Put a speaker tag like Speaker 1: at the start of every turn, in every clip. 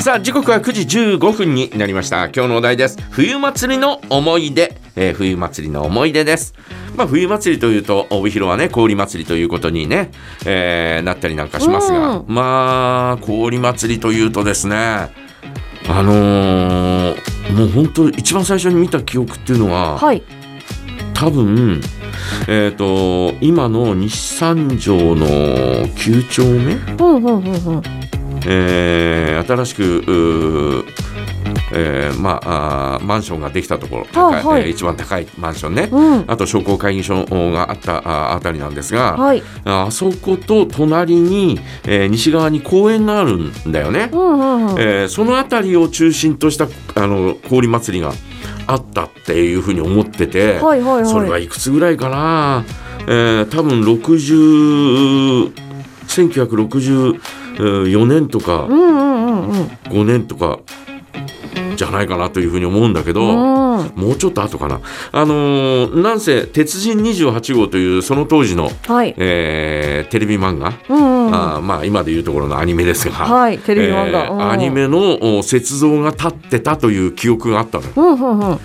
Speaker 1: さあ時刻は9時15分になりました今日のお題です冬祭りの思い出、えー冬祭りの思い出ですまあ冬祭りというと帯広はね氷祭りということにね、えーなったりなんかしますが、
Speaker 2: う
Speaker 1: まあ氷祭りというとですねあのーもう本当一番最初に見た記憶っていうのは、
Speaker 2: はい。
Speaker 1: 多分えっ、と今の西三条の9丁目
Speaker 2: うんうんうんうん。
Speaker 1: えー新しくうー、えーまあ、あーマンションができたところ高い、
Speaker 2: はい
Speaker 1: えー一番高いマンションね、
Speaker 2: うん。
Speaker 1: あと商工会議所があったあーあたりなんですが、
Speaker 2: はい。
Speaker 1: あそこと隣に、えー西側に公園があるんだよね
Speaker 2: う、んうんうん。
Speaker 1: えーそのあたりを中心としたあの氷祭りがあったっていうふうに思ってて、
Speaker 2: はいはいはい。
Speaker 1: それはいくつぐらいかな、えー多分60 1964年とか、
Speaker 2: うんうんうんうん。
Speaker 1: 5年とかじゃないかなというふうに思うんだけど、
Speaker 2: うん。
Speaker 1: もうちょっと後かな。あのーなんせ、鉄人28号というその当時の、
Speaker 2: はい。
Speaker 1: えーテレビ漫画、
Speaker 2: うんうん。
Speaker 1: あーまあ今でいうところのアニメですが、
Speaker 2: はい。テレビ漫
Speaker 1: え
Speaker 2: 画。
Speaker 1: ー
Speaker 2: うん
Speaker 1: アニ。メのお雪像が立ってたという記憶があったのよ。
Speaker 2: うんうんうん。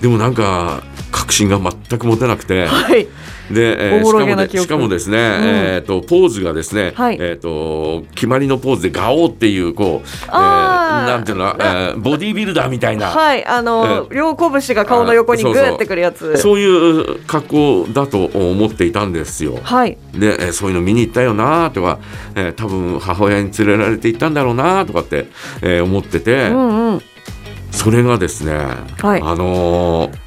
Speaker 1: でもなんか、確信が全く持てなくて、
Speaker 2: はい。
Speaker 1: で、えーし
Speaker 2: おぼ
Speaker 1: か
Speaker 2: ろげ
Speaker 1: も
Speaker 2: な
Speaker 1: で
Speaker 2: 記憶
Speaker 1: しかもですね、えーとポーズがですね、
Speaker 2: はい
Speaker 1: えーと決まりのポーズでガオーっていうこう、えー
Speaker 2: あー
Speaker 1: なんていうの、えーボディービルダーみたいな、
Speaker 2: はい。あの、両拳が顔の横にグーってくるやつ。
Speaker 1: そういう格好だと思っていたんですよ。
Speaker 2: はい。
Speaker 1: で、えーそういうの見に行ったよなとか、えー多分母親に連れられて行ったんだろうなとかって、えー思ってて、
Speaker 2: うんうん。
Speaker 1: それがですね、
Speaker 2: い
Speaker 1: あのー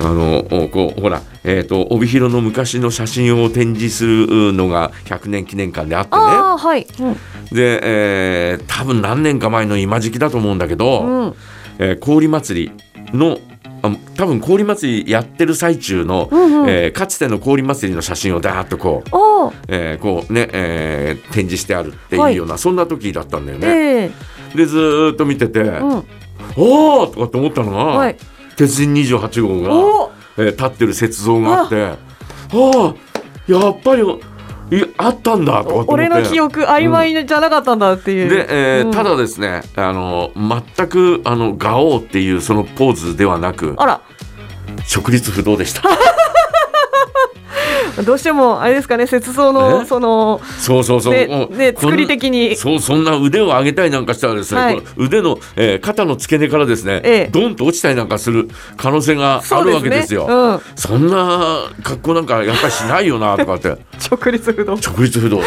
Speaker 1: あのーこうほら、えー、と帯広の昔の写真を展示するのが100年記念館であってね
Speaker 2: ああ、はい。うん
Speaker 1: で、えー多分何年か前の今時期だと思うんだけど、
Speaker 2: うん。
Speaker 1: えー氷祭りのあ多分氷祭りやってる最中の、
Speaker 2: うんうん
Speaker 1: えーかつての氷祭りの写真をダーッとこう,、
Speaker 2: おー
Speaker 1: えーこうねえー展示してあるっていうような、そんな時だったんだよね。
Speaker 2: ええ。
Speaker 1: でずーっと見てて、
Speaker 2: うん。
Speaker 1: おーとかって思ったのが、
Speaker 2: はい
Speaker 1: 鉄人28号
Speaker 2: お
Speaker 1: が、えー立ってる雪像があってああやっぱりいあったんだとかって思って
Speaker 2: 俺の記憶曖昧じゃなかったんだっていう。
Speaker 1: で、えー
Speaker 2: うん
Speaker 1: ただですねあの全くあのガオーっていうそのポーズではなく
Speaker 2: あら。
Speaker 1: 直立不動でした
Speaker 2: どうしてもあれですかね雪像
Speaker 1: え
Speaker 2: のその
Speaker 1: そうそうそう、
Speaker 2: ね
Speaker 1: うん
Speaker 2: ね
Speaker 1: こん
Speaker 2: 作り的に
Speaker 1: そうそんな腕を上げたりなんかしたらですね、
Speaker 2: はい
Speaker 1: この腕の、えー肩の付け根からですね、
Speaker 2: ええ
Speaker 1: ドンと落ちたりなんかする可能性があ
Speaker 2: そう
Speaker 1: る
Speaker 2: で
Speaker 1: わ
Speaker 2: す
Speaker 1: け
Speaker 2: ね
Speaker 1: ですよ。
Speaker 2: うん
Speaker 1: そんな格好なんかやっぱりしないよなとかって
Speaker 2: 直立不動
Speaker 1: 直立不 動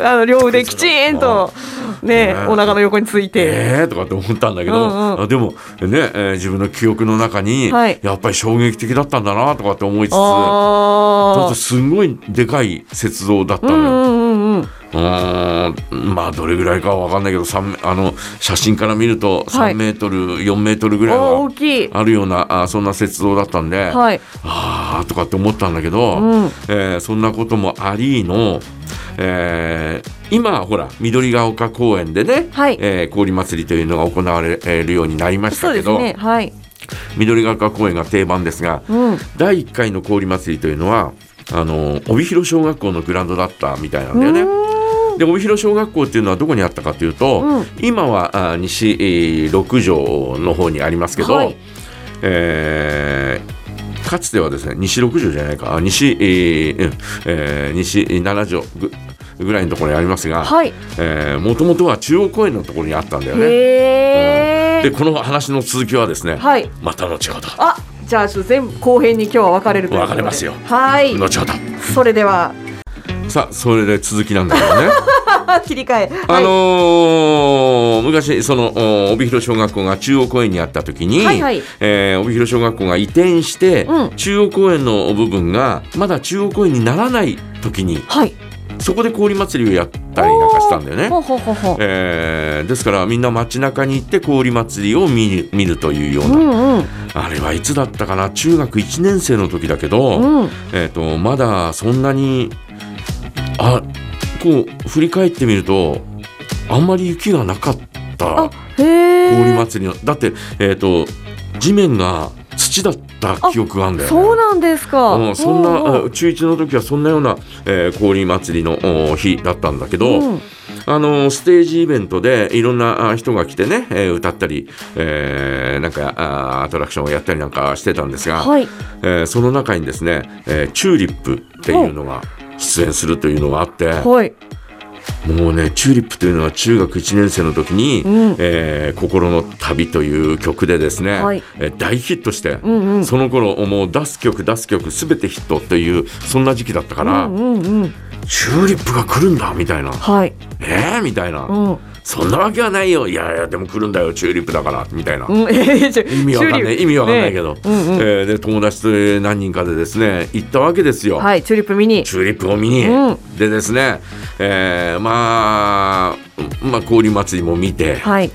Speaker 2: あの両腕きちんとね
Speaker 1: ね
Speaker 2: お腹の横について、
Speaker 1: えーとかって思ったんだけど、
Speaker 2: うんうん
Speaker 1: あでもね、えー自分の記憶の中に、
Speaker 2: はい
Speaker 1: やっぱり衝撃的だったんだなとかって思いつつだっ
Speaker 2: あ
Speaker 1: て
Speaker 2: あ
Speaker 1: すごいでかい雪像だった
Speaker 2: う
Speaker 1: の
Speaker 2: ん
Speaker 1: よ。
Speaker 2: うんうんうん
Speaker 1: うーんまあどれぐらいかは分かんないけど三あの写真から見ると
Speaker 2: はい
Speaker 1: 3メートル、4メートルぐらい
Speaker 2: お
Speaker 1: は
Speaker 2: 大きい
Speaker 1: あるようなあそんな雪像だったんで、
Speaker 2: はい
Speaker 1: あーとかって思ったんだけど、
Speaker 2: うん
Speaker 1: えーそんなこともありの、えー今ほら緑ヶ丘公園でね、
Speaker 2: はい
Speaker 1: えー氷祭りというのが行われるようになりまし
Speaker 2: そ
Speaker 1: た
Speaker 2: う
Speaker 1: け
Speaker 2: です
Speaker 1: ど、
Speaker 2: ねはい
Speaker 1: 緑ヶ丘公園が定番ですが、
Speaker 2: うん
Speaker 1: 第1回の氷祭りというのはあの帯広小学校のグラウンドだったみたいなんだよね。 で帯広小学校っていうのはどこにあったかというと、
Speaker 2: うん
Speaker 1: 今はあ西、えー六条の方にありますけど、
Speaker 2: はい
Speaker 1: えーかつてはですね西六条じゃないかあ西、えーうんえー西七条ぐぐらいのところにありますが
Speaker 2: はい
Speaker 1: もともとは中央公園のところにあったんだよね。
Speaker 2: へ
Speaker 1: で
Speaker 2: え
Speaker 1: この話の続きはですね、
Speaker 2: はい
Speaker 1: また後ほど
Speaker 2: あじゃあちょっと全部後編に今日は分かれるということ
Speaker 1: 分かれ
Speaker 2: で
Speaker 1: ますよ
Speaker 2: はい
Speaker 1: 後ほど
Speaker 2: それでは
Speaker 1: さあそれで続きなんだけどね。
Speaker 2: 切り替え
Speaker 1: あ
Speaker 2: はい
Speaker 1: のー昔そのお帯広小学校が中央公園にあった時に、
Speaker 2: はいはい
Speaker 1: えー帯広小学校が移転して、
Speaker 2: うん
Speaker 1: 中央公園の部分がまだ中央公園にならない時に
Speaker 2: はい
Speaker 1: そこで氷祭りをやったりなんかしたんだよね
Speaker 2: ほ。うほうほうほう
Speaker 1: えーですからみんな街中に行って氷祭りを見る見るというよう
Speaker 2: う
Speaker 1: な、
Speaker 2: んうん
Speaker 1: あれはいつだったかな中学1年生の時だけど、
Speaker 2: うん
Speaker 1: えー、とまだそんなにあこう振り返ってみるとあんまり雪がなかった
Speaker 2: あへえ
Speaker 1: 氷祭りのだって、えー、と地面が土だっった記憶があるんだよね。
Speaker 2: そうなんですか。
Speaker 1: うん、そん
Speaker 2: う
Speaker 1: な
Speaker 2: う
Speaker 1: え中1の時はそんなような、えー、氷祭りのお日だったんだけど、
Speaker 2: うん
Speaker 1: あのステージイベントでいろんなあ人が来てね、えー歌ったり、えーなんかあアトラクションをやったりなんかしてたんですが、
Speaker 2: はい。
Speaker 1: えーその中にですね、えーチューリップっていうのが出演するというのがあって、
Speaker 2: はい。
Speaker 1: もうねチューリップというのは中学1年生の時に「
Speaker 2: うん
Speaker 1: えー心の旅」という曲でですね、
Speaker 2: はい
Speaker 1: えー大ヒットして、
Speaker 2: んうん
Speaker 1: その頃もう出す曲出す曲全てヒットというそんな時期だったか
Speaker 2: う
Speaker 1: ら、
Speaker 2: んうんうん。
Speaker 1: チューリップが来るんだみたいな
Speaker 2: はい。
Speaker 1: えー、みたいな、
Speaker 2: うん。
Speaker 1: そんなわけはないよいやいやでも来るんだよチューリップだからみたいな。
Speaker 2: うん。 えじゃ
Speaker 1: 意味わかんない意味わかんないけど、
Speaker 2: ねうんうん
Speaker 1: えーで友達と何人かでですね行ったわけですよ。
Speaker 2: はい。チューリップ見に。
Speaker 1: チューリップを見に、
Speaker 2: うん
Speaker 1: でですね、えーまあ、まあ、氷祭りも見て、
Speaker 2: はい。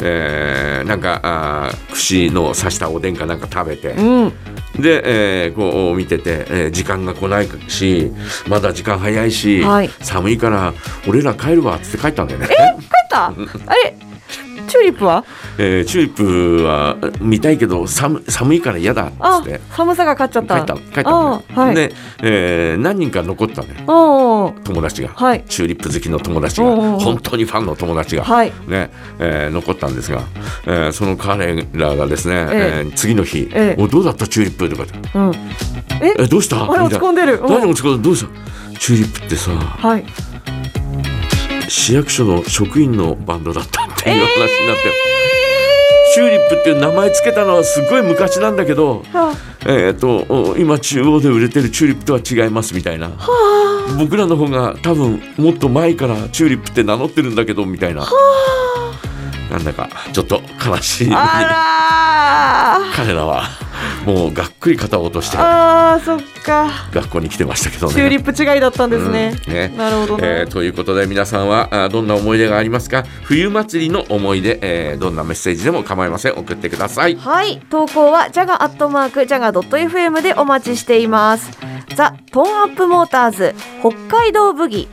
Speaker 1: えーなんかあー串の刺したおでんかなんか食べて、
Speaker 2: うん。
Speaker 1: で、えーこう見てて、えー時間が来ないしまだ時間早いし、
Speaker 2: はい
Speaker 1: 寒いから俺ら帰るわっつって帰ったんだよね、
Speaker 2: 帰った。あれ。チューリップは。
Speaker 1: えーチューリップは見たいけど寒寒いから嫌だっつ
Speaker 2: あ
Speaker 1: って。
Speaker 2: 寒さが勝っちゃっ。
Speaker 1: 帰ったた帰ったのね
Speaker 2: あはい。
Speaker 1: で、えー何人か残ったね
Speaker 2: おお。
Speaker 1: 友達が、
Speaker 2: はい
Speaker 1: チューリップ好きの友達が
Speaker 2: おうおうおう
Speaker 1: 本当にファンの友達が、
Speaker 2: はい。
Speaker 1: ねえー残ったんですが、えーその彼らがですね、え
Speaker 2: え
Speaker 1: ー次の日、
Speaker 2: ええ
Speaker 1: おどうだったチューリップ?」とかって
Speaker 2: うん。
Speaker 1: 「
Speaker 2: え
Speaker 1: えどうした?」み
Speaker 2: あれ
Speaker 1: たい
Speaker 2: 落ち込んでる。
Speaker 1: な
Speaker 2: うん
Speaker 1: 何落ち込んでどうしたチューリップってさ
Speaker 2: はい。
Speaker 1: 市役所の職員のバンドだったっていう話になって、チューリップっていう名前つけたのはすごい昔なんだけど、
Speaker 2: は
Speaker 1: えー、とお今中央で売れてるチューリップとは違いますみたいな僕らの方が多分もっと前からチューリップって名乗ってるんだけどみたいななんだかちょっと悲しい
Speaker 2: あ らー。
Speaker 1: 彼らはもうがっくり肩を落として
Speaker 2: ああ、そっか。
Speaker 1: 学校に来てましたけどね。
Speaker 2: チューリップ違いだったんですね。
Speaker 1: うんね
Speaker 2: なるほどな。
Speaker 1: えーということで皆さんはあどんな思い出がありますか冬祭りの思い出、えーどんなメッセージでも構いません送ってください。
Speaker 2: はい投稿は jaga アットマーク jaga ドット fm でお待ちしていますザトーンアップモーターズ北海道ブギ